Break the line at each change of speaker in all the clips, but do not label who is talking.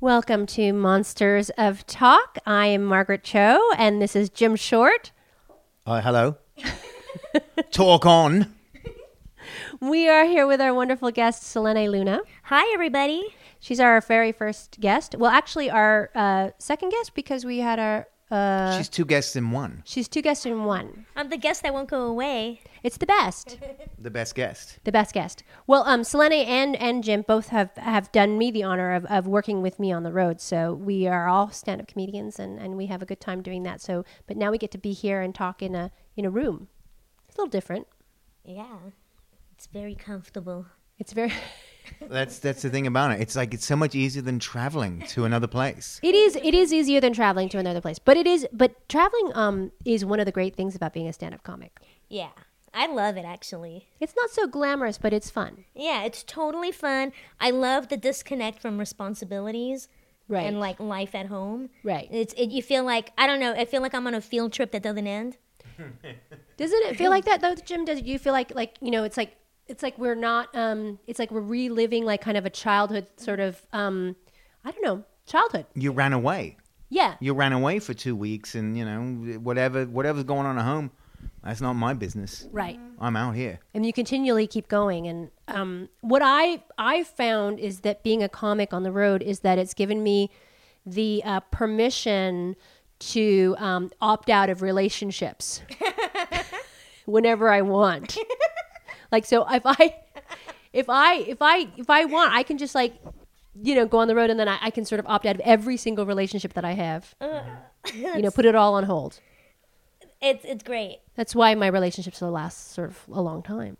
Welcome to Monsters of Talk. I am Margaret Cho, and this is Jim Short.
Uh, hello. Talk on.
We are here with our wonderful guest, Selene Luna.
Hi, everybody.
She's our very first guest. Well, actually, our uh, second guest because we had our. Uh,
She's two guests in one.
she's two guests in one.
I'm the guest that won't go away.
It's the best.
The best guest.
the best guest. Well, um, Selene and and Jim both have have done me the honor of, of working with me on the road. So we are all stand up comedians, and, and we have a good time doing that. So, but now we get to be here and talk in a in a room. It's a little different.
Yeah. It's very comfortable.
It's very.
That's that's the thing about it. It's like it's so much easier than traveling to another place.
It is. It is easier than traveling to another place, but it is. But traveling um is one of the great things about being a stand up comic.
Yeah. I love it, actually.
It's not so glamorous, but it's fun.
Yeah, it's totally fun. I love the disconnect from responsibilities
Right.
and like life at home.
Right.
It's it, you feel like I don't know. I feel like I'm on a field trip that doesn't end.
Doesn't it feel like that though, Jim? Does you feel like like you know it's like it's like we're not um it's like we're reliving like kind of a childhood sort of um I don't know childhood
You ran away.
yeah
You ran away for two weeks, and you know whatever whatever's going on at home, that's not my business.
right
I'm out here.
and you continually keep going and um what I I found is that being a comic on the road is that it's given me the uh, permission to um, opt out of relationships whenever I want. like so if I if I if I if I want, I can just like you know go on the road and then I, I can sort of opt out of every single relationship that I have. you know, put it all on hold.
It's it's great.
That's why my relationships will last sort of a long time.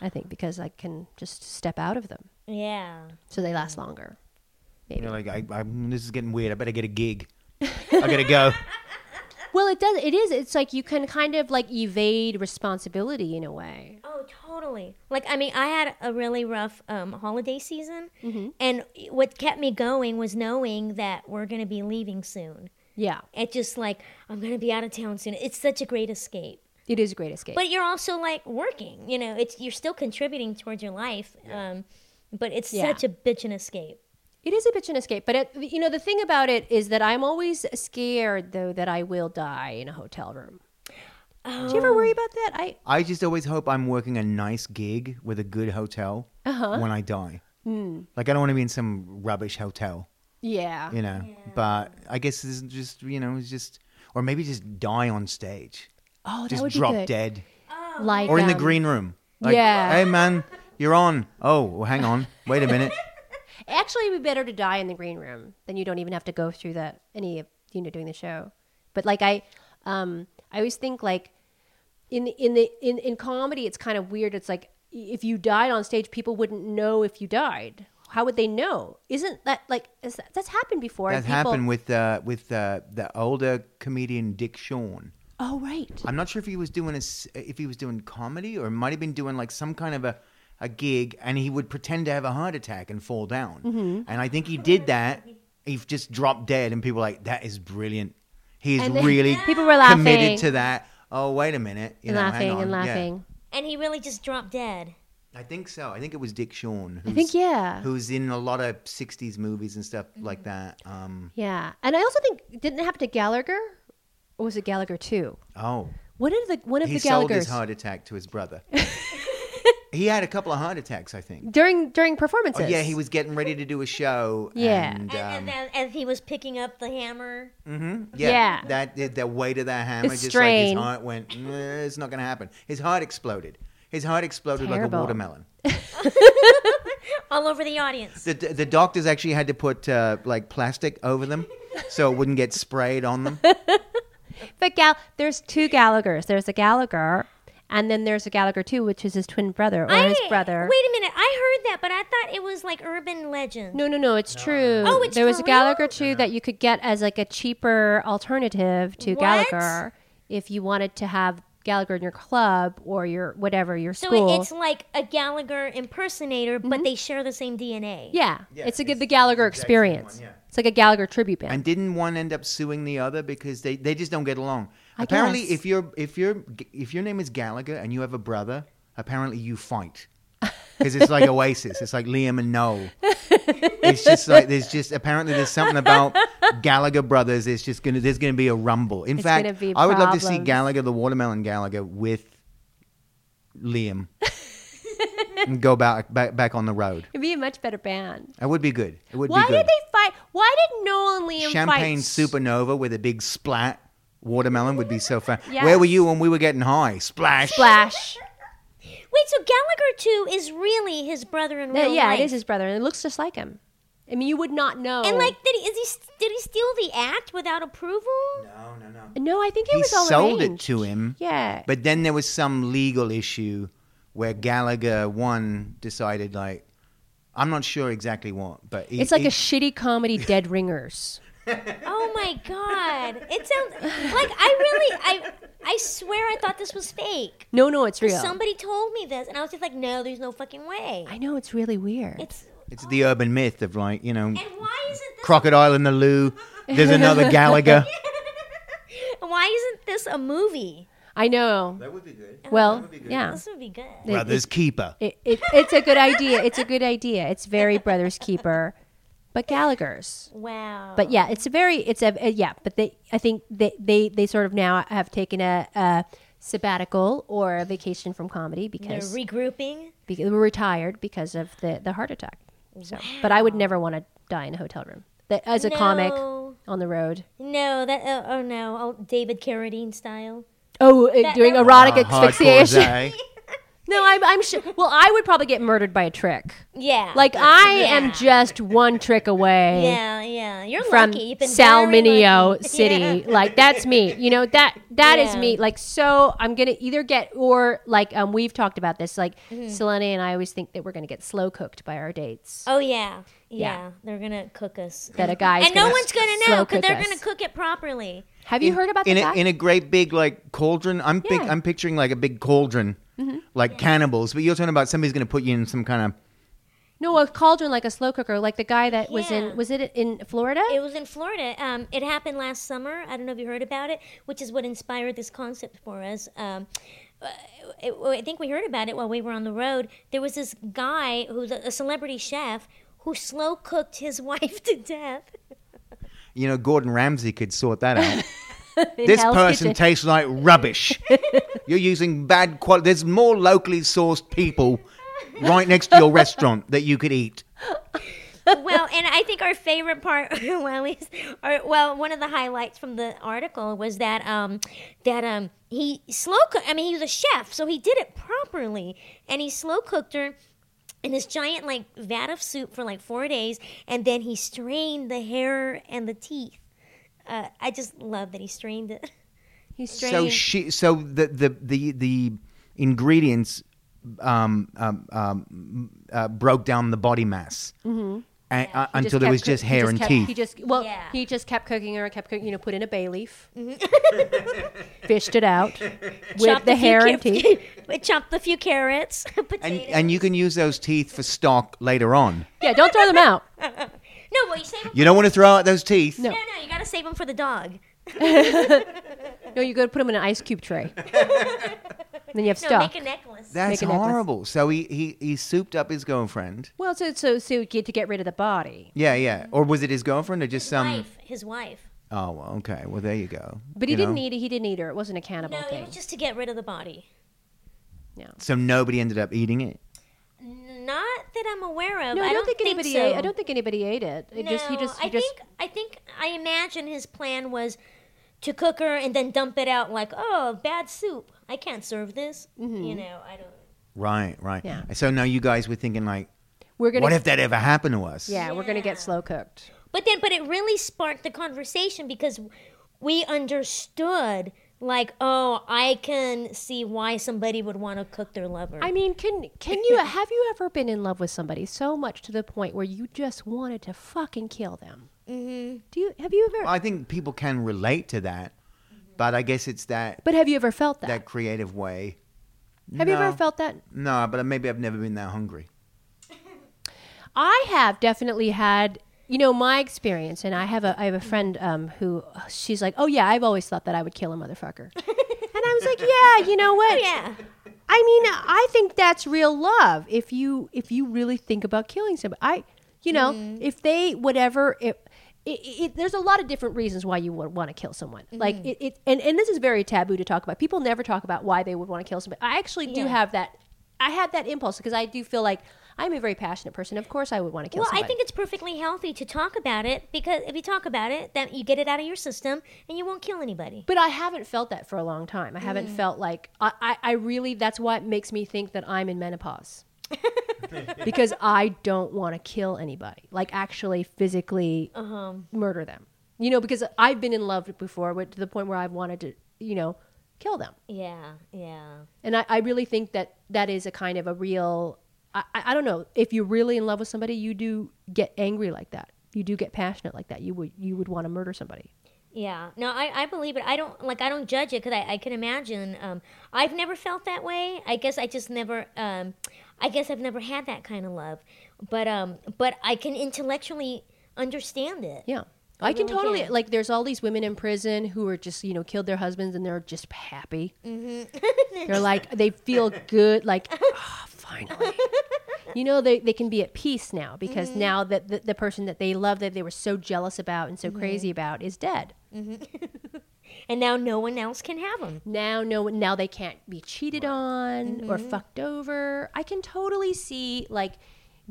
I think because I can just step out of them,
Yeah.
so they last longer.
You're like I, I, this is getting weird. I better get a gig. I gotta go.
Well, it does. It is. It's like you can kind of like evade responsibility in a way.
Oh, totally. Like I mean, I had a really rough um, holiday season, and what kept me going was knowing that we're gonna be leaving soon.
Yeah,
It's just like I'm gonna be out of town soon. It's such a great escape.
it is a great escape.
But you're also like working. You know, it's you're still contributing towards your life. Um, but it's
Yeah.
such a bitchin' escape.
It is a bitch and escape, but it, you know the thing about it is that I'm always scared though that I will die in a hotel room. Do you ever worry about that? I
I just always hope I'm working a nice gig with a good hotel when I die. Like I don't want to be in some rubbish hotel.
yeah.
you know. But I guess this is just you know, it's just or maybe just die on stage,
Oh, that
just
would be
drop
good.
dead,
Like
or in the
um,
green room.
yeah.
Hey man, you're on. Oh, well, hang on. Wait a minute.
Actually, it'd be better to die in the green room than you don't even have to go through the any of you know doing the show. But like I, um, I always think like in the in the in in comedy, it's kind of weird. It's like if you died on stage, people wouldn't know if you died. How would they know? Isn't that like is that, that's happened before?
That
and people-
happened with uh, with uh, the older comedian Dick Shawn.
Oh right.
I'm not sure if he was doing a, s- if he was doing comedy or might have been doing like some kind of a a gig, and he would pretend to have a heart attack and fall down.
Mm-hmm.
And I think he did that. He just dropped dead, and people were like, "That is brilliant. He is
And then
really
people were laughing.
committed to that." Oh, wait a minute, you know, hang
laughing and
on. Yeah.
laughing.
And he really just dropped dead.
I think so. I think it was Dick Shawn. Who's,
I think yeah,
Who's in a lot of '60s movies and stuff like that. Um,
yeah. And I also think didn't it happen to Gallagher? Or was it Gallagher too?
oh,
One of the one of
he
the
sold his
Gallagher's
heart attack to his brother. he had a couple of heart attacks, I think.
during during performances.
Oh, yeah, he was getting ready to do a show.
Yeah.
and,
And, and
um,
then as he was picking up the hammer,
yeah,
Yeah.
that the- the weight of that hammer,
It's
just like his
strained.
heart went. "Nah, It's not going to happen. His heart exploded. His heart exploded like
Terrible.
a watermelon.
all over the audience.
The, the doctors actually had to put uh, like plastic over them so it wouldn't get sprayed on them.
But Gal, there's two Gallaghers. There's a Gallagher, and then there's a Gallagher too, which is his twin brother or his
I-
brother.
Wait a minute, I heard that, but I thought it was like urban legend.
No, no, no. It's true.
Oh, it's
there was
for
a Gallagher
real?
too that you could get as like a cheaper alternative to
What?
Gallagher if you wanted to have Gallagher in your club or your whatever your
so
school. Mm-hmm.
it, it's like a Gallagher impersonator, but they share the same DNA.
yeah,
Yeah,
it's a
it's
good the Gallagher
exact same one,
experience.
yeah.
It's like a Gallagher tribute band.
And didn't one end up suing the other because they, they just don't get along?
I
apparently,
guess.
if you're if you're if your name is Gallagher and you have a brother, apparently you fight. because it's like Oasis. It's like Liam and Noel. It's just like there's just apparently there's something about Gallagher brothers. It's just gonna there's gonna be a rumble. In
It's
fact,
gonna be
I would love to see
problems.
Gallagher, the Watermelon Gallagher, with Liam, and go back back back on the road.
It'd be a much better band.
That would be good. It would
Why
be good.
did they fight? Why did Noel and Liam
Champagne
fight?
supernova with a big splat. Watermelon would be so fun.
Yes.
Where were you when we were getting high? Splash.
Splash.
Wait, so Gallagher too is really his brother in real
Uh, yeah,
life.
it is his brother, and it looks just like him. I mean, you would not know.
And like, did he is he st- did he steal the act without approval?
No, no, no.
no, I think it
He
was all
sold it
arranged.
to him.
Yeah,
But then there was some legal issue where Gallagher one decided like I'm not sure exactly what, but he,
it's like
he-
a shitty comedy, Dead Ringers.
Oh my god! It sounds like I really I I swear I thought this was fake.
No, no, it's real.
Somebody told me this, and I was just like, no, there's no fucking way.
I know it's really weird.
It's
it's the urban myth of like you know
and why isn't this
crocodile in the loo. There's another Gallagher.
why isn't this a movie?
I know.
That would be good.
Well, yeah.
This would be good.
It-
Brothers keeper.
It, it, it's a good idea. It's a good idea. It's very Brothers Keeper, but Gallagher's.
Wow.
But yeah, it's a very it's a, a- yeah. But they I think they, they they sort of now have taken a, a sabbatical or a vacation from comedy
they're
because
regrouping.
beca- they were retired because of the the heart attack. So, but I would never want to die in a hotel room that, as a comic
No.
on the road.
No, that oh, oh no, oh, David Carradine style.
Oh, uh,
That-
doing
that-
erotic
Ah, hardcore
asphyxiation.
day.
No, I'm I'm sure. Well, I would probably get murdered by a trick.
Yeah.
Like I am
Yeah.
just one trick away.
Yeah, yeah. You're
from
lucky. You've been very
Salminio
lucky.
City.
Yeah.
Like that's me. You know that that is
Yeah.
me. Like so, I'm gonna either get or like um we've talked about this. Like
Mm-hmm.
Selene and I always think that we're gonna get slow cooked by our dates.
Oh yeah, yeah.
Yeah.
They're gonna cook us.
That a guy's
and no
gonna
one's gonna
slow
know because
cook
they're
us.
gonna cook it properly.
Have you heard about
in
the
a,
guy?
in a great big like cauldron? I'm pic-
Yeah. Mm-hmm.
I'm picturing like a big cauldron, like cannibals. But you're talking about somebody's going to put you in some kind of
no, a cauldron like a slow cooker, like the guy that was
Yeah.
in was it in Florida?
It was in Florida. Um, it happened last summer. I don't know if you heard about it, which is what inspired this concept for us. Um, uh, it, well, I think we heard about it while we were on the road. There was this guy who's a a celebrity chef who slow cooked his wife to death.
you know Gordon Ramsay could sort that out.
In
this
Hell's
person
Kitchen.
tastes like rubbish. You're using bad quality. There's more locally sourced people right next to your restaurant that you could eat.
well, and I think our favorite part, well, is, or, well, one of the highlights from the article was that um, that um, he slow. Cook, I mean, he was a chef, so he did it properly, and he slow cooked her in this giant like vat of soup for like four days, and then he strained the hair and the teeth. Uh, I just love that he strained it.
He's
So
strange.
she, so the the the the ingredients um, um, um, uh, broke down the body mass A- uh,
Mm-hmm. He just
until there
kept
was
cook-
just
he
hair and
kept-
teeth.
He just well,
Yeah.
he just kept cooking her, kept cooking, you know, put in a bay leaf, fished it out with
Mm-hmm. Chopped a
the
few
hair and
ca-
teeth.
chopped a few carrots, potatoes.
and and you can use those teeth for stock later on.
Yeah, don't throw them out.
no, well, you save 'em-
You don't want to throw out those teeth.
No.
No, no, you gotta save them for the dog.
No, you go to put them in an ice cube tray. And then you have
No,
stock.
make a necklace.
Make
That's
a necklace.
horrible. So he, he he souped up his girlfriend.
well, so so so you get to get rid of the body,
Yeah, yeah. Or was it his girlfriend or just some?
wife, his wife.
Oh, well, okay. Well, there you go.
but he
You
didn't
know?
eat it. He didn't eat her. It wasn't a cannibal
No,
thing.
it was just to get rid of the body.
So nobody ended up eating it.
Not that I'm aware of.
no, I, don't think anybody.
so.
ate, I don't think anybody ate it. It
no,
just he just he
I
just
think I think I imagine his plan was to cook her and then dump it out like, oh, bad soup. I can't serve this.
Mm-hmm.
You know, I don't.
Right, right.
Yeah.
So now you guys were thinking like,
we're gonna.
what if that ever happened to us?
yeah, we're gonna
Yeah.
get slow cooked.
But then, but it really sparked the conversation because we understood. Like, oh, I can see why somebody would want to cook their lover.
I mean, can can you have you ever been in love with somebody so much to the point where you just wanted to fucking kill them? Mm-hmm. Do you have you ever?
I think people can relate to that, but I guess it's that
but have you ever felt that?
that creative way.
have you ever
No.
felt that?
No, but maybe I've never been that hungry.
I have definitely had, you know, my experience, and I have a I have a friend um, who she's like, oh yeah, I've always thought that I would kill a motherfucker, and I was like, yeah, you know what?
yeah.
I mean, I think that's real love. If you if you really think about killing somebody, I, you know,
Mm-hmm.
if they whatever, if, it, it, there's a lot of different reasons why you would want to kill someone.
Mm-hmm.
Like it, it and, and this is very taboo to talk about. People never talk about why they would want to kill somebody. I actually do
Yeah.
have that. I had that impulse because I do feel like I'm a very passionate person. Of course, I would want to kill.
Well,
somebody.
I think it's perfectly healthy to talk about it because if you talk about it, then you get it out of your system and you won't kill anybody.
But I haven't felt that for a long time. I haven't felt like I, I, I really that's what makes me think that I'm in menopause. because I don't want to kill anybody. Like actually physically murder them. You know, because I've been in love before but to the point where I've wanted to, you know, kill them.
Yeah, yeah.
And I, I really think that that is a kind of a real I, I I don't know. If you're really in love with somebody, you do get angry like that. You do get passionate like that. You would you would want to murder somebody.
Yeah, no, I, I believe it. I don't like I don't judge it because I, I can imagine. Um, I've never felt that way. I guess I just never. Um, I guess I've never had that kind of love, but um, but I can intellectually understand it.
Yeah. I, can
really
totally
can.
like there's all these women in prison who are just, you know, killed their husbands and they're just happy. they're like they feel good like "Ah, finally. you know they, they can be at peace now because now that the, the person that they love that they were so jealous about and so crazy about is dead.
And now no one else can have them.
Now no one- now they can't be cheated on or fucked over. I can totally see like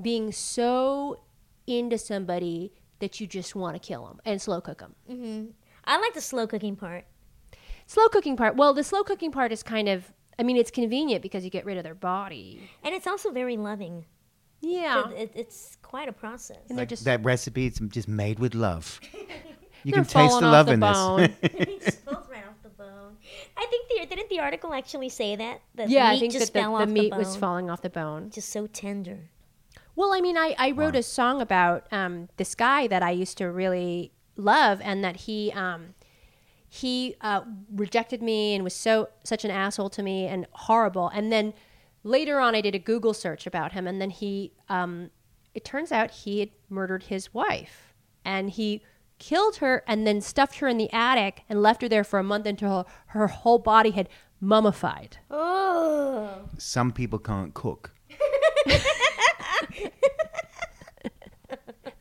being so into somebody that you just want to kill them and slow cook them.
I like the slow cooking part.
Slow cooking part. Well, the slow cooking part is kind of. I mean, it's convenient because you get rid of their body.
And it's also very loving.
Yeah,
It, it- it's quite a process.
and they're
Like
just
that recipe, it's just made with love. You
they're
can taste
falling
the
off
love
the
in
bone.
this.
It falls right off the bone. I think the didn't the article actually say that? that
yeah.
the meat
I think
just
that
fell
the,
off
the meat
bone.
was falling off the bone.
Just so tender.
Well, I mean, I I wrote a song about um, this guy that I used to really love, and that he um, he uh, rejected me and was so such an asshole to me and horrible. And then later on, I did a Google search about him, and then he um, it turns out he had murdered his wife, and he killed her and then stuffed her in the attic and left her there for a month until her, her whole body had mummified.
Oh.
Some people can't cook.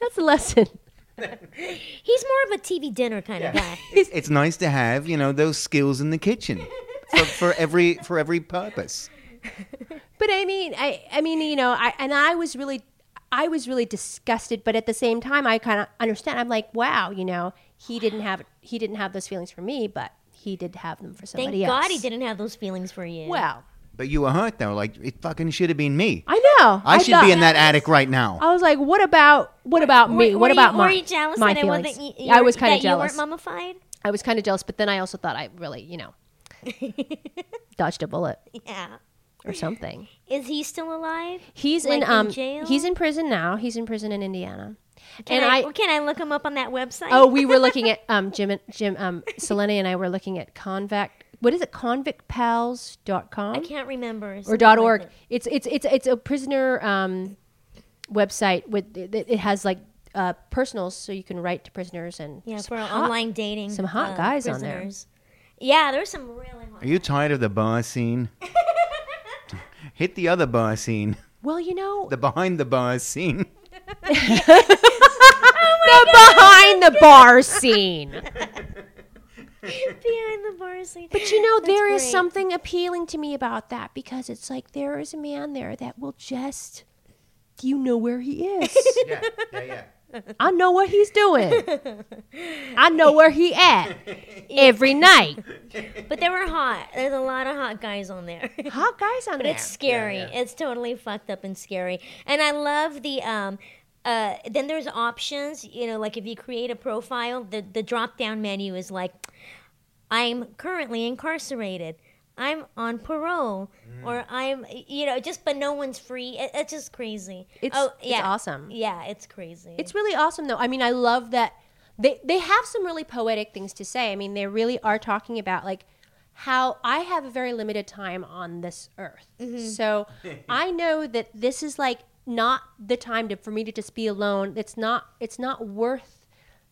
That's a lesson.
He's more of a TV dinner kind of guy.
It's, it's nice to have, you know, those skills in the kitchen for, for every for every purpose.
But I mean, I, I mean, you know, I and I was really, I was really disgusted. But at the same time, I kind of understand. I'm like, wow, you know, he didn't have he didn't have those feelings for me, but he did have them for
Thank
somebody else.
God he didn't have those feelings for you.
Well,
But you were hurt though, like it fucking should have been me.
I know.
I, should
thought-
be in that attic right now.
I was like, what about what about me?
Were-
what
were
about
you,
my
Were you jealous
my
that
feelings?
I wasn't? You,
Yeah, I was kind of
that
jealous.
You weren't mummified.
I was kind of jealous, but then I also thought I really, you know, dodged a bullet
Yeah.
or something.
Is he still alive?
He's
Like
in
in
um
jail?
he's in prison now. He's in prison in Indiana.
Can
and I,
can I look him up on that website?
Oh, we were looking at um, Jim and Jim um, Selene and I were looking at convict. What is it? Convictpals.com
I can't remember.
or
Something like
dot org.
that.
It's it's it's it's a prisoner um, website with it, it has like uh, personals, so you can write to prisoners and
Yeah,
some
for
hot-
online dating.
some hot
uh,
guys on there.
prisoners. Yeah, there's some really hot.
Are you tired of the bar scene? Hit the other bar scene,
Well, you know
the behind the bar scene.
the behind the bar scene.
behind the bar scene.
But you know
That's
there is
great.
something appealing to me about that because it's like there is a man there that will just. You know where he is.
Yeah, yeah, yeah.
I know what he's doing. I know where he at every night.
But they were hot. There's a lot of hot guys on there.
Hot guys on
But
there.
it's scary. It's totally fucked up and scary. And I love the um uh then there's options, you know, like if you create a profile, the the drop down menu is like I'm currently incarcerated. I'm on parole
Mm.
or I'm you know, just but no one's free. It, it's just crazy. Oh,
It's- it's awesome.
Yeah, it's crazy.
It's really awesome though. I mean, I love that they they have some really poetic things to say. I mean, they really are talking about like how I have a very limited time on this earth. So I know that this is like not the time to for me to just be alone. It's not it's not worth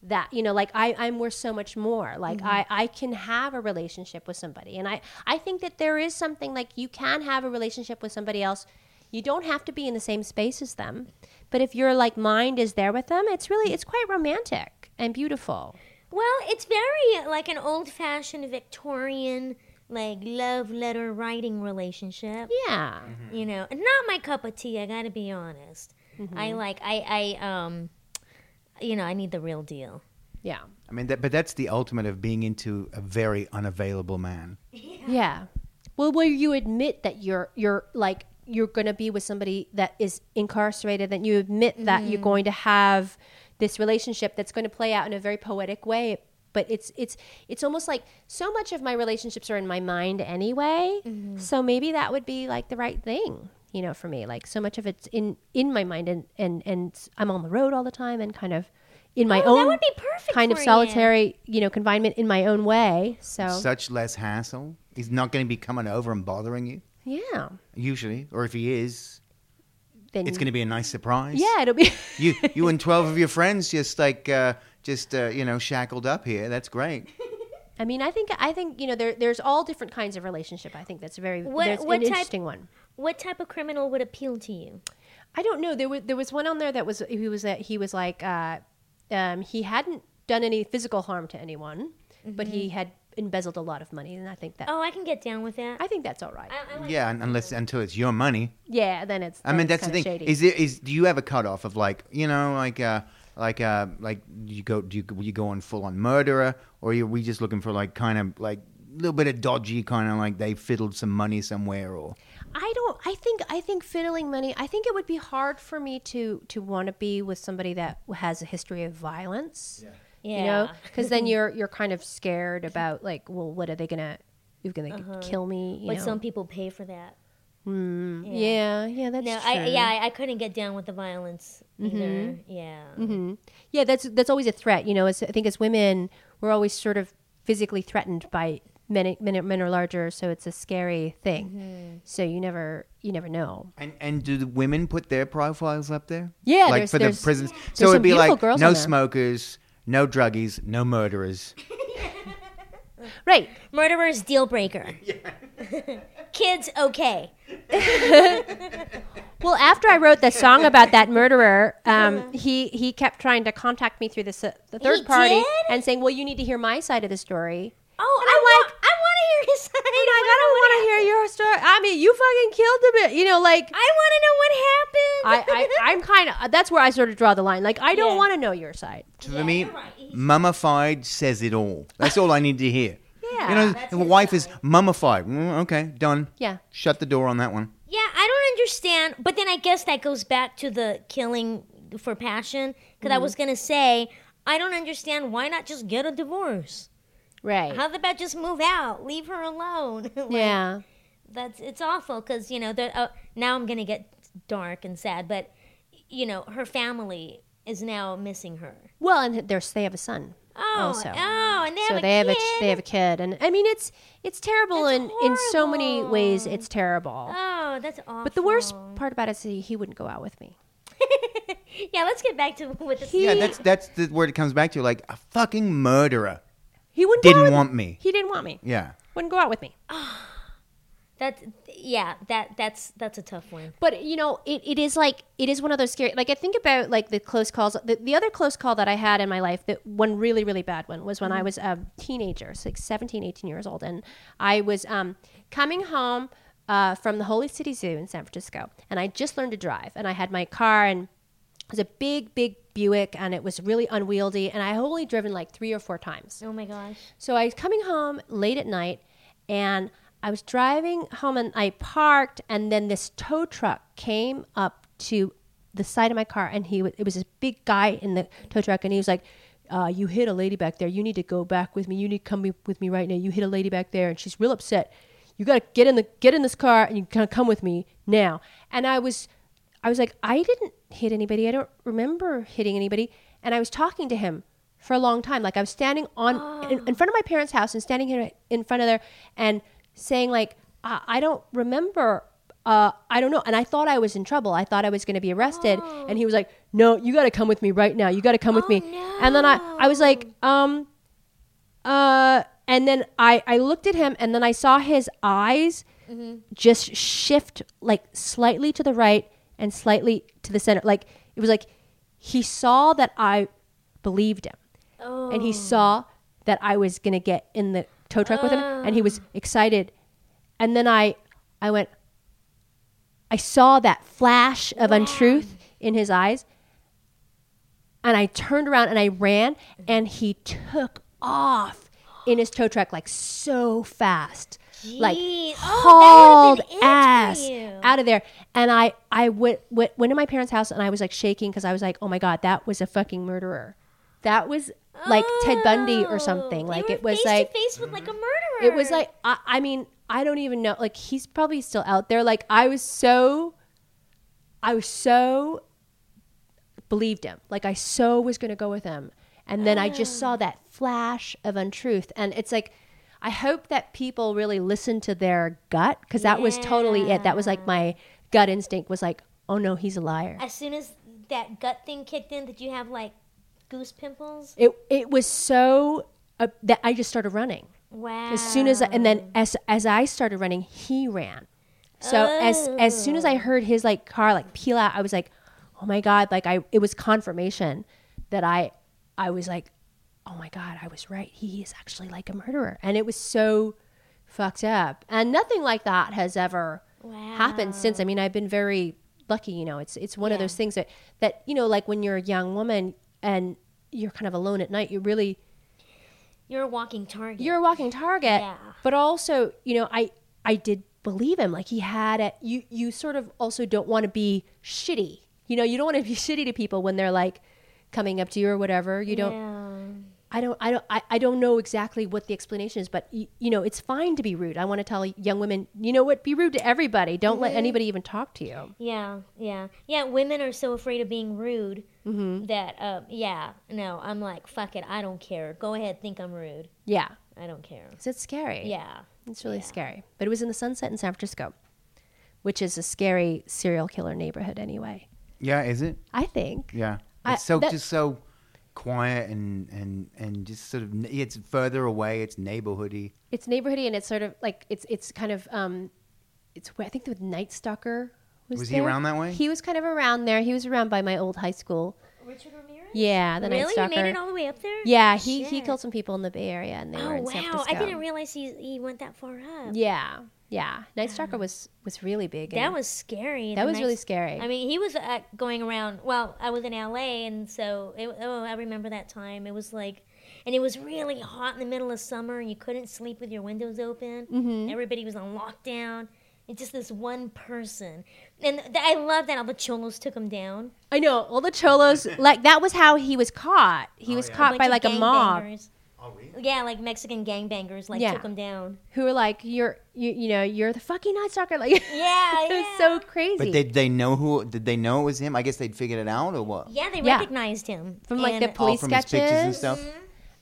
that you know like I, i'm worth so much more like I, I can have a relationship with somebody and I, I think that there is something like you can have a relationship with somebody else you don't have to be in the same space as them but if your like mind is there with them it's really it's quite romantic and beautiful
Well, it's very uh, like an old fashioned Victorian, like love letter writing relationship.
yeah
You know, and not my cup of tea, I gotta be honest. I
Mm-hmm.
like, I, I, um, you know, I need the real deal.
yeah
I mean, that, but that's the ultimate of being into a very unavailable man.
yeah well will you admit that you're you're like you're going to be with somebody that is incarcerated that you admit that
Mm-hmm.
you're going to have this relationship that's going to play out in a very poetic way but it's it's it's almost like so much of my relationships are in my mind anyway
Mm-hmm.
so maybe that would be like the right thing you know for me like so much of it's in in my mind and and and i'm on the road all the time and kind of in my
Oh, that
own
would be perfect
kind of
for you.
solitary you know confinement in my own way so
Such less hassle. He's not going to be coming over and bothering you,
yeah
usually. Or if he is,
then
it's going to be a nice surprise.
Yeah, it'll be.
You, you and 12 of your friends just like, uh, just, uh, you know, shackled up here. That's great.
I mean, I think I think you know there, there's all different kinds of relationship. I think that's a very
What-
there's
what
an
type-
interesting one.
What type of criminal would appeal to you?
I don't know. There was there was one on there that was he was that he was like uh, um, he hadn't done any physical harm to anyone, but he had embezzled a lot of money, and I think that
Oh, I can get down with that.
I think that's all right.
I, I like
Yeah, un- unless until it's your money.
yeah, then it's.
I
then
mean,
it's
that's the
kinda
thing.
Shady.
Is there is do you have a cutoff of like you know like uh like uh like you go do you, will you go on full on murderer or are we just looking for like kind of like a little bit of dodgy kind of like they fiddled some money somewhere or
I don't. I think. I think fiddling money. I think it would be hard for me to to want to be with somebody that has a history of violence. Yeah. You know,
Yeah.
because then you're you're kind of scared about like, well, what are they gonna? You're gonna kill me. You
But
know?
Uh-huh. some people pay for that.
yeah. yeah, that's
No,
true. Mm-hmm.
I yeah, I, I couldn't get down with the violence either. Yeah.
yeah. That's that's always a threat. You know, as, I think as women, we're always sort of physically threatened by men. Men, men are larger, so it's a scary thing.
Mm-hmm.
So you never you never know.
and and do the women put their profiles up there
Yeah,
like
there's-
for the
there's-
prisons
There's
so
some
it'd be
beautiful
like
girls on
no
there.
smokers no druggies no murderers
Right.
Murderer's deal breaker. Kids okay.
Well, after I wrote the song about that murderer, um, he he kept trying to contact me through this uh, the third
Uh-huh. He
party
did?
and saying, "Well, you need to hear my side of the story."
Oh,
And
I
I'm
want I want to hear his side.
Like, I don't want to hear your story. I mean, you fucking killed the bit. You know, like
I want to know what happened.
I, I I'm kind of that's where I sort of draw the line. Like I don't
Yeah.
want to know your side.
to me
you're right.
mummified says it all that's all i need to hear
Yeah.
you know the wife is mummified Mm, okay done
Yeah.
shut the door on that one
yeah, I don't understand. But then I guess that goes back to the killing for passion because
Mm-hmm.
I was gonna say I don't understand why not just get a divorce.
Right.
How about just move out, leave her alone? Like,
yeah.
that's it's awful because you know they're- uh, now I'm gonna get dark and sad, but you know her family is now missing her.
Well, and there's they have a son.
Oh,
Also.
oh, and they
so
have
they
a
have
kid.
a ch- they have a kid, and I mean it's it's terrible
That's
in in so many
horrible.
ways. It's terrible.
oh, that's awful.
but the worst part about it is he, he wouldn't go out with me.
yeah, let's get back to what this.
Yeah, that's that's the word it comes back to. Like a fucking murderer
He wouldn't go out
didn't
with
want me.
He didn't want me.
Yeah,
Wouldn't go out with me.
That yeah, that that's that's a tough one.
But you know, it, it is like it is one of those scary. Like I think about like the close calls. The, the other close call that I had in my life, that one really really bad one, was when I was a teenager, so like 17, 18 years old, and I was um, coming home uh, from the Holy City Zoo in San Francisco, and I just learned to drive, and I had my car and. It was a big, big Buick, and it was really unwieldy. And I had only driven like three or four times.
Oh my gosh.
So I was coming home late at night and I was driving home and I parked and then this tow truck came up to the side of my car and he wa- it was this big guy in the tow truck and he was like uh, you hit a lady back there. You need to go back with me. You need to come with me right now. You hit a lady back there, and she's real upset. You gotta get in the get in this car, and you gotta come with me now. And I was I was like, I didn't hit anybody. I don't remember hitting anybody. And I was talking to him for a long time. Like I was standing on in, in front of my parents' house and standing here in front of there and saying like, I, I don't remember uh, I don't know. And I thought I was in trouble. I thought I was going to be arrested. And he was like, no, you got to come with me right now. You got to come with
Oh,
me. And then I, I was like, um, uh, and then I, I looked at him and then I saw his eyes just shift like slightly to the right and slightly to the center. Like it was like he saw that I believed him
Oh.
and he saw that I was going to get in the tow truck with him and he was excited. And then I, I went, I saw that flash of untruth in his eyes and I turned around and I ran, and he took off in his tow truck like so fast, like
Jeez. Oh,
hauled
that would've been it for
ass
you.
out of there. And I I went, went went to my parents' house and I was like shaking because I was like, oh my god, that was a fucking murderer. That was like Ted Bundy or something.
You
Like
Oh, were
it was
face
like
to face with like a murderer.
it was like I, I mean I don't even know. Like he's probably still out there. Like I was so, I was so believed him. Like I so was going to go with him, and then I just saw that flash of untruth, and it's like. I hope that people really listen to their gut because that was totally it. That was like my gut instinct was like, oh no, he's a liar.
as soon as that gut thing kicked in, did you have like goose pimples?
It it was so uh, that I just started running.
Wow.
as soon as I, and then as as I started running, he ran. So as as soon as I heard his like car like peel out, I was like, "Oh my god!" Like I, it was confirmation that I, I was like, "Oh my god, I was right. He is actually like a murderer," and it was so fucked up. And nothing like that has ever happened since. I mean, I've been very lucky. You know, it's it's one of
Yeah.
those things that that you know, like when you're a young woman and you're kind of alone at night, you really
you're a walking target.
you're a walking target
Yeah.
but also you know i i did believe him like he had a you you sort of also don't want to be shitty you know you don't want to be shitty to people when they're like coming up to you or whatever you don't i don't i don't I, I don't know exactly what the explanation is but you, you know it's fine to be rude i want to tell young women you know what be rude to everybody don't let anybody even talk to you
Yeah, yeah, yeah. Women are so afraid of being rude
Mm-hmm.
that, uh, yeah, no, I'm like, fuck it, I don't care. Go ahead, think I'm rude.
yeah
I don't care.
'Cause it's scary
Yeah,
it's really scary but it was in the sunset in san francisco which is a scary serial killer neighborhood anyway
Yeah, is it?
i think
Yeah, it's
I-
so
that-
just so quiet and and and just sort of n- it's further away. It's neighborhoody.
it's neighborhoody and it's sort of like it's it's kind of um it's I think the Night Stalker was
Was he
there.
around that way?
He was kind of around there. He was around by my old high school.
Richard Ramirez.
Yeah, the Night
really, you
Stalker.
made it all the way up there?
yeah, he he
Shit.
killed some people in the Bay Area and they were
Oh
in San
wow,
Francisco.
I didn't realize he he went that far up.
Yeah, yeah. Night Stalker was was really big.
That
and
was scary.
that
The
was
next-
really scary.
I mean, he was uh, going around. Well, I was in LA, and so it, oh, I remember that time. It was like, and it was really hot in the middle of summer, and you couldn't sleep with your windows open.
Mm-hmm.
Everybody was on lockdown. It's just this one person, and th- I love that all the cholos took him down.
I know all the cholos like that was how he was caught. He was
Oh, yeah.
caught by
bunch
like
of
a mob
gangbangers.
Oh, really?
Yeah, like Mexican gangbangers, like
Yeah.
took him down.
who were like you're you, you know you're the fucking Night Stalker like
Yeah,
it was
yeah.
so crazy.
But did they know who? Did they know it was him? I guess they'd figured it out or what?
Yeah, they
Yeah.
recognized him
from like
And-
the police
from his
sketches
pictures and stuff?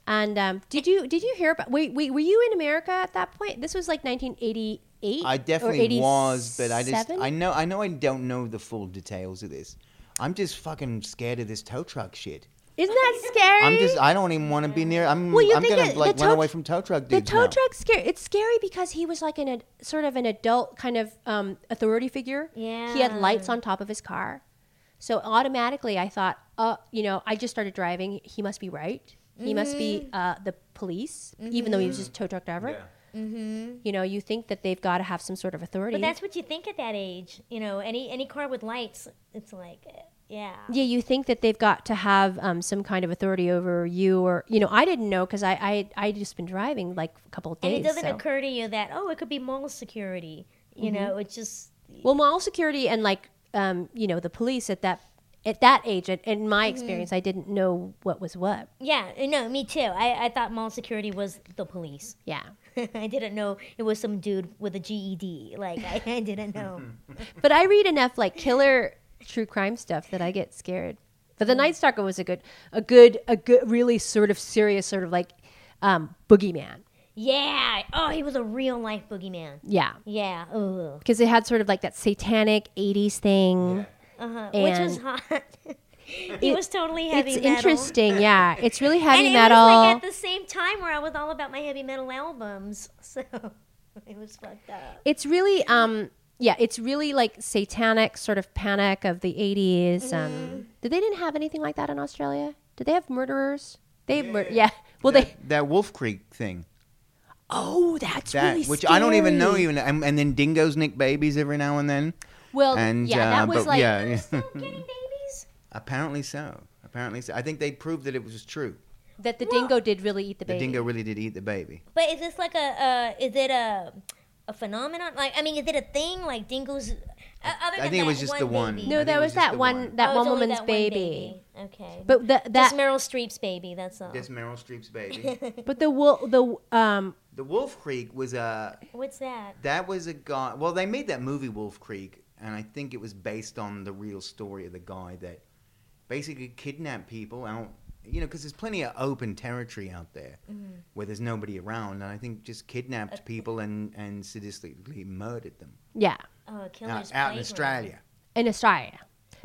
And um, did you did you hear about? Wait, wait, were you in America at that point? This was like 1988.
I
or
definitely was, but I just
87?
I know I know I don't know the full details of this. I'm just fucking scared of this tow truck shit.
isn't that scary?
I'm just I don't even want to be near. I'm
Well, you
I'm
think
gonna
it- the
like
tow
run
tr-
away from tow truck
the
dudes.
tow
now.
truck's scary. It's scary because he was like an ad, sort of an adult kind of um, authority figure. He had
Yeah.
lights on top of his car, so automatically I thought, uh, you know, I just started driving. He must be right. He must be
Mm-hmm.
uh, the police, even though he was just a tow truck driver. You know, you think that they've got to have some sort of authority.
Mm-hmm. But that's what you think at that age, you know. Any any car with lights, it's like, uh, yeah.
Yeah, you think that they've got to have um, some kind of authority over you, or you know, I didn't know because I I I just been driving like a couple of
And
days.
it doesn't
so-
occur to you that oh, it could be mall security. You
Mm-hmm.
know, it's just
Well, mall security and like um, you know the police at that at that age, in- in my
Mm-hmm.
experience, I didn't know what was what.
yeah. uh, No, me too. I, I thought mall security was the police.
Yeah,
I didn't know it was some dude with a GED. Like I, I didn't know.
Mm-hmm. but I read enough like killer true crime stuff that I get scared. But the
Mm-hmm.
Night Stalker was a good, a good, a good, really sort of serious, sort of like um, boogeyman.
Yeah. Oh, he was a real life boogeyman.
Yeah.
Yeah. Ugh.
Because it had sort of like that satanic 80s thing.
Uh-huh. Which was
And-
hot. he was totally heavy
It's
metal.
interesting. Yeah. It's really heavy
And
metal.
it was like at the same time where I was all about my heavy metal albums. So it was fucked up.
it's really um yeah it's really like satanic sort of panic of the 80s
Mm-hmm.
um did they didn't have anything like that in australia did they have murderers they yeah, mur- yeah. well they
that, that Wolf Creek thing.
oh that's
That
really
which I don't even know
scary.
even and, and then dingoes nick babies every now and then.
well
and
Oh, yeah
uh,
that was
but
like
yeah, yeah.
Still
Hmm.
getting babies?
apparently so. Apparently so. I think they proved that it was true.
that the
Well-
dingo did really eat the
The
baby
dingo really did eat the baby.
But is this like a, uh, is it a, a phenomenon? Like, I mean, is it a thing? Like dingoes? Uh, other
I
than
think it
that
was just the one.
baby.
no
I think
that
it
was,
was just
that
the
one,
one.
that
Oh,
one
it's only
woman's
that one
baby.
Okay.
but the,
Just
that
Meryl Streep's baby. That's all.
Oh.
That's Meryl Streep's baby.
but the wo- the um
the Wolf Creek was a
What's that?
that was a guy. Well, they made that movie Wolf Creek, and I think it was based on the real story of the guy that basically kidnapped people out. You know, because there's plenty of open territory out there
Mm-hmm.
where there's nobody around, and I think just
Uh,
kidnapped people and and sadistically murdered them
yeah
Oh, a killer's
out, out in
playground.
Australia.
in australia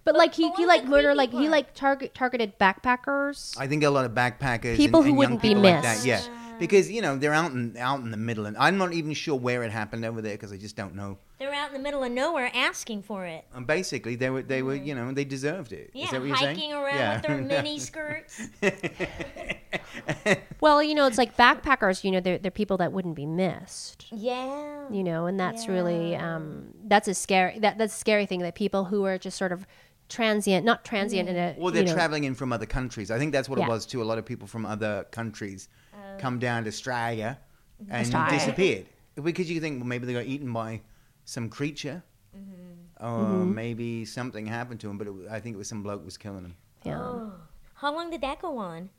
but like he,
but
he
what
like
was the
murder
creepy
like he
part?
like target targeted backpackers
I think a lot of backpackers,
People
and,
who
and
wouldn't be
young people like that,
missed.
yeah, because you know they're out in out in the middle, and I'm not even sure where it happened over there because I just don't know.
They're out in the middle of nowhere asking for it.
And basically, they were they were you know they deserved it. Is
Yeah,
that what you're saying?
hiking around
Yeah.
with their mini skirts.
Well, you know, it's like backpackers. You know, they're, they're people that wouldn't be missed.
Yeah.
You know, and that's really um, that's a scary that that's a scary thing that people who are just sort of transient, not transient in a
Well, they're
you know,
traveling in from other countries. I think that's what
Yeah.
it was too. A lot of people from other countries
Oh.
come down to Australia and
Australia.
disappeared because you think well maybe they got eaten by some creature.
Mm-hmm.
Or
Mm-hmm.
maybe something happened to them, but it, wa- I think it was some bloke was killing them.
yeah.
Oh. How long did that go on?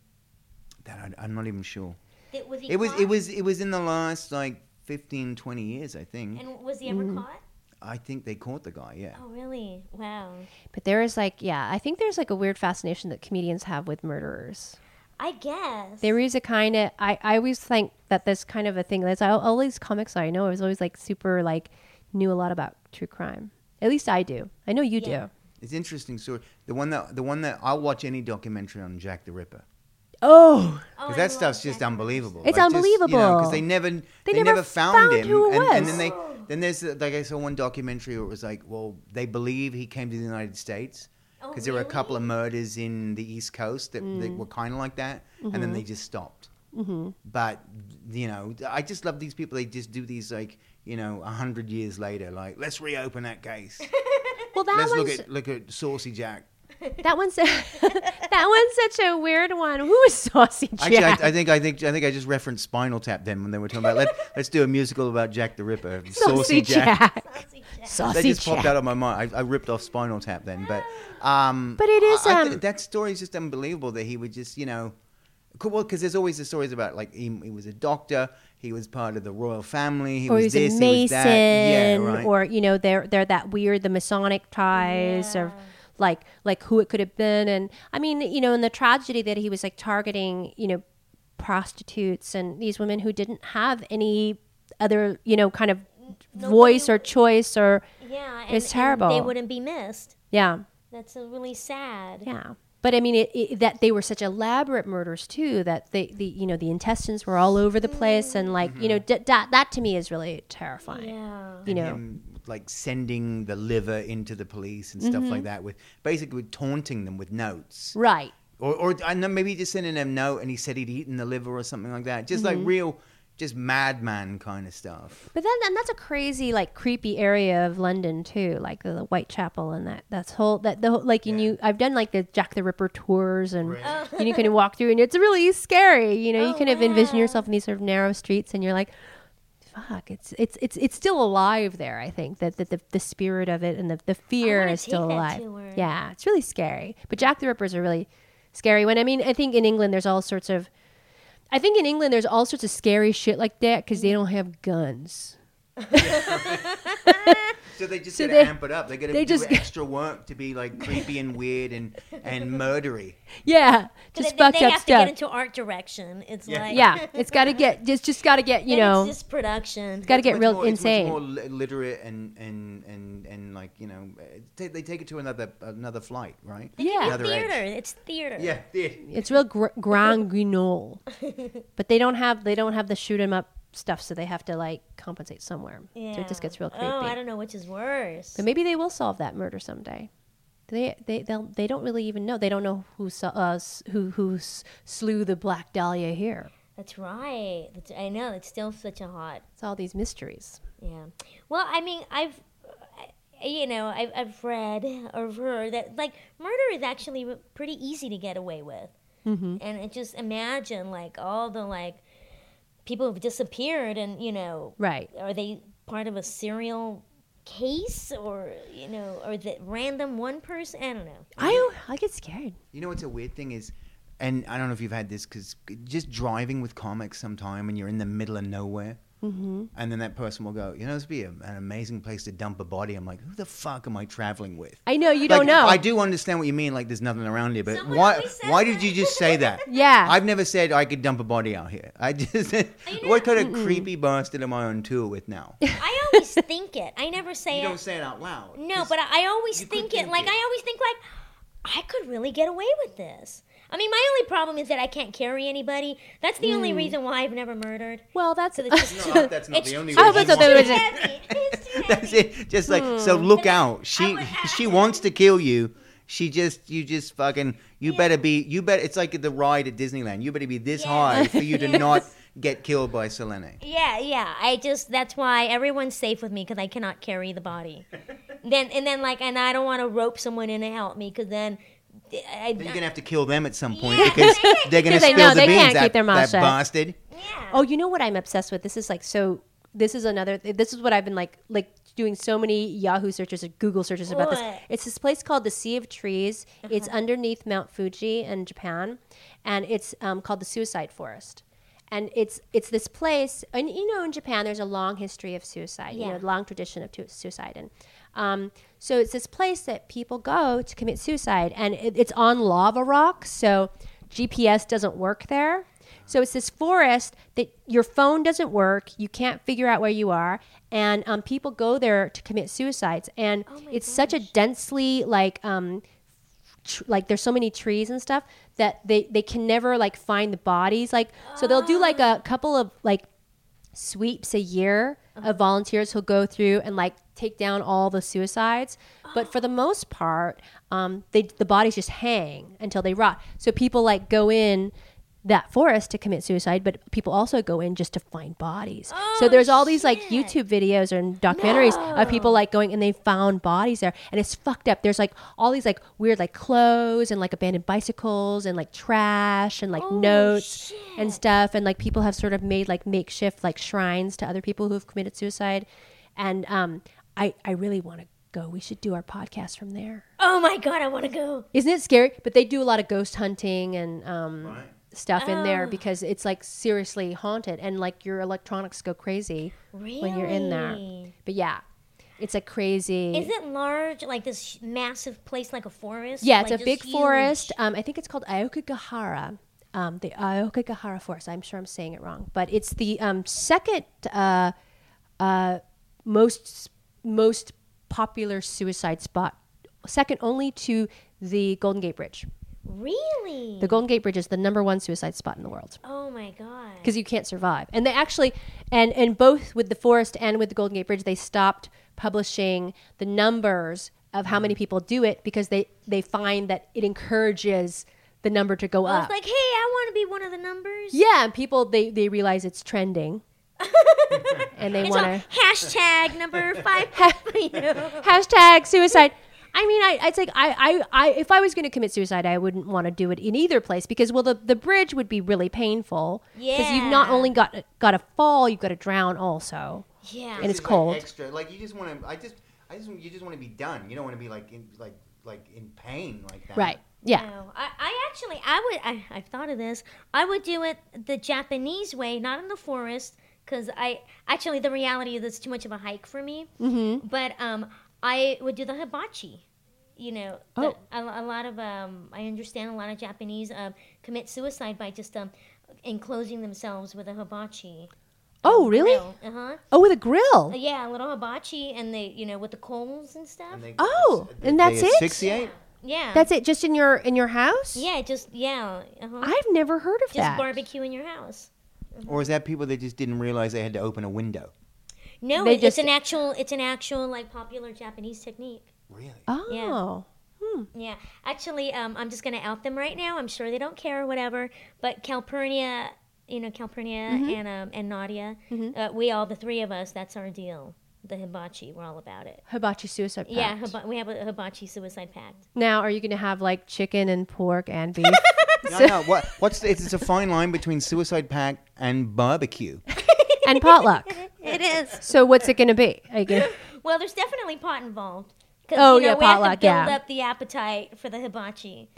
That I, I'm not even sure.
Did, was he
It was
caught?
it was it was in the last like 15, 20 years, I think.
And was he ever
Mm.
caught?
I think they caught the guy. Yeah.
Oh, really? Wow.
But there is like, yeah, I think there's like a weird fascination that comedians have with murderers.
I guess.
There is a kind of I, I always think that this kind of a thing. That's all, all these comics I know. I was always like super like knew a lot about true crime. At least I do. I know you
Yeah.
do.
It's interesting story. The one that the one that I'll watch any documentary on Jack the Ripper
Oh,
oh,
because
I
that
love
stuff's
Jack
just
the Ripper.
unbelievable.
It's unbelievable.
because they never they,
never
never,
found
found, him,
who it
and, and
was.
then they then there's uh, like I saw one documentary where it was like, well, they believe he came to the United States
Oh,
because there were a
really?
couple of murders in the East Coast that,
Mm.
that were kind of like that, and
Mm-hmm.
then they just stopped. But you know, I just love these people. They just do these like you know, a hundred years later, like let's reopen that case.
well, that
let's look
one's
at look at Saucy Jack.
That one's that one's such a weird one. Who is Saucy Jack?
Actually, I, I think I think I think I just referenced Spinal Tap then when they were talking about let, let's do a musical about Jack the Ripper,
Saucy Jack.
Saucy Jack.
Saucy
That just
Jack.
popped out of my mind. I, I ripped off Spinal Tap then, but um,
But it is,
I- I
um,
thi- that story is just unbelievable that he would just you know, co- well because there's always the stories about like he, he was a doctor, he was part of the royal family, he
Or
was
he's
this,
a
he was
Mason,
that, yeah, right.
or you know, they're they're that weird the Masonic ties or like like who it could have been, and I mean, you know, in the tragedy that he was like targeting, you know, prostitutes and these women who didn't have any other, you know, kind of voice or choice or
Yeah. And,
It's
and they
terrible.
wouldn't be missed.
yeah.
That's uh, really sad.
Yeah. But I mean, it, it, that they were such elaborate murders too. That they, the you know, the intestines were all over the place, and like you know, d- that that to me is really terrifying.
Yeah.
You know,
Mm-hmm. him, like sending the liver into the police and stuff
Mm-hmm.
like that with basically with taunting them with notes.
right?
or, or I know maybe he just sending him a note and he said he'd eaten the liver or something like that. Just
Mm-hmm.
like real, just madman kind of stuff.
But then, and that's a crazy, like, creepy area of London too, like the, the Whitechapel and that that's whole that the whole, like you knew. I've done like the Jack the Ripper tours, and you know, kind of walk through, and it's really scary. You know, you
Oh,
kind of envision
wow.
yourself in these sort of narrow streets, and you're like. Fuck! It's it's it's it's still alive there. I think that that the, the spirit of it and the, the fear
wanna
is still
take that
alive.
tour.
Yeah, it's really scary. But Jack the Rippers are really scary. When I mean, I think in England there's all sorts of I think in England there's all
Mm-hmm.
sorts of scary shit like that because they don't have guns.
So they just
So
gotta
they-
amp it up. They gotta
they
do
just-
extra work to be like creepy and weird and and murdery.
yeah,
But
just
then
fucked
they
up
have to
stuff.
get into art direction. It's
Yeah.
like
yeah, it's got to get it's just got to get you
then
know
it's just production.
got to get
Much
real
more- it's much
insane.
more li- literate and and and and like you know, uh, ta- they take it to another another flight, right?
Yeah.
Another edge.
theater. It's theater.
Yeah, yeah.
It's real gr- grand guignol, but they don't have they don't have the shoot 'em up stuff, so they have to like compensate somewhere. So
Yeah.
it just gets real creepy.
Oh, I don't know which is worse.
But maybe they will solve that murder someday. They they they'll, they don't really even know. They don't know who saw, uh, s- who who s- slew the Black Dahlia here.
That's right. That's, I know. It's still such a hot.
It's all these mysteries.
Yeah. Well, I mean, I've, I- you know, I've, I've read or heard that like murder is actually pretty easy to get away with, mm-hmm. and it just imagine like all the like people who've disappeared and you know,
Right.
are they part of a serial case or you know, or the random one person? I don't know.
I I get scared.
You know what's a weird thing is, and I don't know if you've had this because just driving with comics sometime and you're in the middle of nowhere, mm-hmm. and then that person will go, you know, this would be a, an amazing place to dump a body. I'm like, who the fuck am I traveling with?
I know you
Like,
don't know.
I do understand what you mean. Like, there's nothing around here, but
Someone
why?
always says
Why did
that.
you just say that?
Yeah.
I've never said I could dump a body out here. I just what kind of creepy bastard am I on tour with now? you
I always think it. I never say it.
don't say it out loud.
No, but I I always
you could
think it
think
like
it.
I always think like I could really get away with this. I mean, my only problem is that I can't carry anybody. That's the
Hmm.
only reason why I've never murdered.
well, that's
So it's just
No, that- that's not
it's
the only.
too
I
reason
always
why.
thought they would've
It's heavy. It's too heavy.
That's it. Just like so,
Hmm.
look out. She
would-
she wants to kill you. She just you just fucking you better be you better. It's like the ride at Disneyland. You better be this
Yes.
high for you to
Yes.
not get killed by Selene.
Yeah, yeah. I just that's why everyone's safe with me because I cannot carry the body. then and then like and I don't want to rope someone in to help me because then I,
Then you're
I,
gonna have to kill them at some point
Yeah.
because they're gonna
They know
spill the
they
beans.
can't
that,
keep their mouth
that
shut.
bastard.
yeah.
Oh, you know what I'm obsessed with? This is like so. This is another. This is what I've been like like doing so many Yahoo searches or Google searches about this.
What?
It's this place called the Sea of Trees. It's underneath Mount Fuji in Japan, and it's um, called the Suicide Forest. And it's it's this place, and you know, in Japan, there's a long history of suicide. You know,
Yeah.
long tradition of tu- suicide, and um, so it's this place that people go to commit suicide, and it, it's on lava rocks, so GPS doesn't work there. So it's this forest that your phone doesn't work, you can't figure out where you are, and um, people go there to commit suicides. And
Oh
it's such a densely like um, tr- like there's so many trees and stuff that they they can never like find the bodies. Like so they'll do like
Ah.
a couple of like sweeps a year
Uh-huh.
of volunteers who'll go through and like take down all the suicides. But for
Oh.
the most part, um, they the bodies just hang until they rot. So people like go in that forest to commit suicide, but people also go in just to find bodies. so
Oh,
there's all these like
shit.
YouTube videos and documentaries of
Oh.
people like going and they found bodies there, and it's fucked up. There's like all these like weird like clothes and like abandoned bicycles and like trash and like
Oh,
notes
shit.
and stuff and like people have sort of made like makeshift like shrines to other people who have committed suicide and um i i really want to go we should do our podcast from there
Oh my god, I want to go.
isn't it scary but they do a lot of ghost hunting and um
Right.
stuff in there
Oh.
because it's like seriously haunted and like your electronics go crazy
Really?
when you're in there but yeah it's a crazy
Is it large, like this massive place, like a forest?
Yeah, it's
Like,
a
just
big
huge?
forest. Um, I think it's called Aokigahara. Um, the Aokigahara Forest. I'm sure I'm saying it wrong, but it's the um, second uh, uh, most most popular suicide spot, second only to the Golden Gate Bridge.
Really?
The Golden Gate Bridge is the number one suicide spot in the world
oh my god.
because you can't survive. And they actually, and and both with the forest and with the Golden Gate Bridge, they stopped publishing the numbers of how many people do it because they they find that it encourages the number to go
I was
up.
like, hey, I want to be one of the numbers.
yeah, and people they they realize it's trending, and they
It's
want
all
to
hashtag number five. you know.
hashtag suicide. I mean, I, it's like I, I, I, if I was going to commit suicide, I wouldn't want to do it in either place because, well, the, the bridge would be really painful because you've not
Yeah.
only got got to fall, you've got to drown also.
Yeah.
And it's
It's like
cold.
extra, like you just want to. I just, I just, you just want to be done. You don't want to be like, in, like, like in pain like that.
Right? Yeah.
No, I, I actually, I would, I, I've thought of this. I would do it the Japanese way, not in the forest, because I actually the reality is it's too much of a hike for me. Mm-hmm. But um, I would do the hibachi. You know, the-
Oh.
a, a lot of um, I understand a lot of Japanese um, commit suicide by just um, enclosing themselves with a hibachi.
Oh, really?
Uh huh.
Oh, with a grill.
Uh, Yeah, a little hibachi, and they, you know, with the coals and stuff.
And they-
Oh,
they-
and that's
they
it?
Sixty-eight.
yeah.
That's it. Just in your in your house.
yeah, just yeah. Uh-huh.
I've never heard of
just
that.
barbecue in your house.
Or is that people that just didn't realize they had to open a window?
No,
They
it-
just-
it's an actual it's an actual like popular Japanese technique.
Really?
oh.
Yeah, actually, um, I'm just gonna out them right now. I'm sure they don't care, or whatever. But Calpurnia, you know, Calpurnia
Mm-hmm.
and um, and Nadia, uh, we all the three of us. That's our deal. The hibachi, we're all about it.
Hibachi suicide. Pact.
Yeah, hiba- we have a hibachi suicide pact.
now, are you going to have like chicken and pork and beef?
No, no. What, what's the, it's, it's a fine line between suicide pact and barbecue.
and potluck.
It is.
So what's it going to be? Are you gonna,
Well, there's definitely pot involved. 'Cause,
Oh,
you know,
yeah,
we Have
potluck,
to build
yeah.
up the appetite for the hibachi.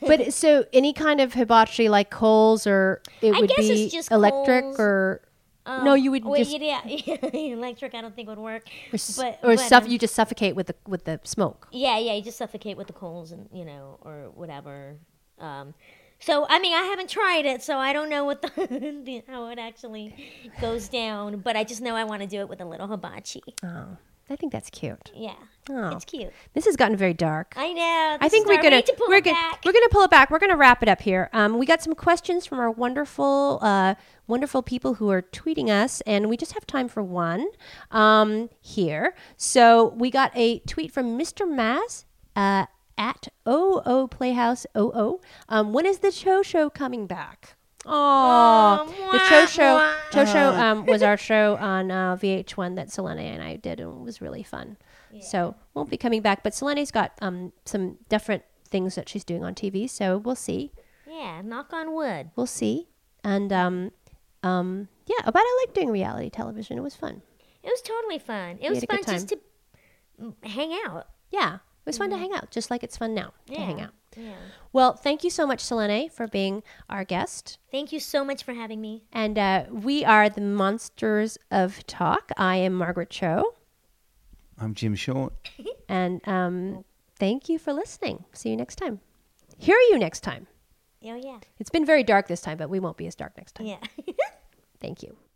but so any kind of hibachi like coals or it
I
would
guess
be
it's just
electric
coals.
or
Um,
no, you would
well,
just
yeah, electric. I don't think would work.
or, s-
but-
or
but,
suff-
um,
you just suffocate with the with the smoke.
Yeah, yeah, you just suffocate with the coals and you know, or whatever. Um, so I mean, I haven't tried it, so I don't know what the, the how it actually goes down. But I just know I want to do it with a little hibachi.
Oh, I think that's cute.
Yeah,
Oh.
it's cute.
This has gotten very dark.
I know.
I
this
think
is
we're
our-
gonna
we need to pull
we're
it
gonna
back.
we're gonna pull it back. We're gonna wrap it up here. Um, we got some questions from our wonderful uh, wonderful people who are tweeting us, and we just have time for one um, here. So we got a tweet from Mr. Maz uh, at OO Playhouse OO. Um, when is the Cho Show coming back? Oh, the Cho Show. Cho Show um, was our show on uh, VH1 that Selene and I did, and it was really fun. So won't be coming back, but Selene's got um, some different things that she's doing on TV. So we'll see,
Yeah, knock on wood.
we'll see, and um, um, yeah. But I like doing reality television; it was fun.
It was totally fun. It was
had a
fun
good
just to hang out.
Yeah, it was fun to hang out, just like it's fun now to
Mm. Yeah.
hang out.
Yeah.
Well, thank you so much, Selene, for being our guest.
Thank you so much for having me.
And uh, we are the Monsters of Talk. I am Margaret Cho.
I'm Jim Short.
And um, thank you for listening. See you next time. Hear you next time.
Oh yeah,
Uh, It's been very dark this time, but we won't be as dark next time.
yeah.
Thank you.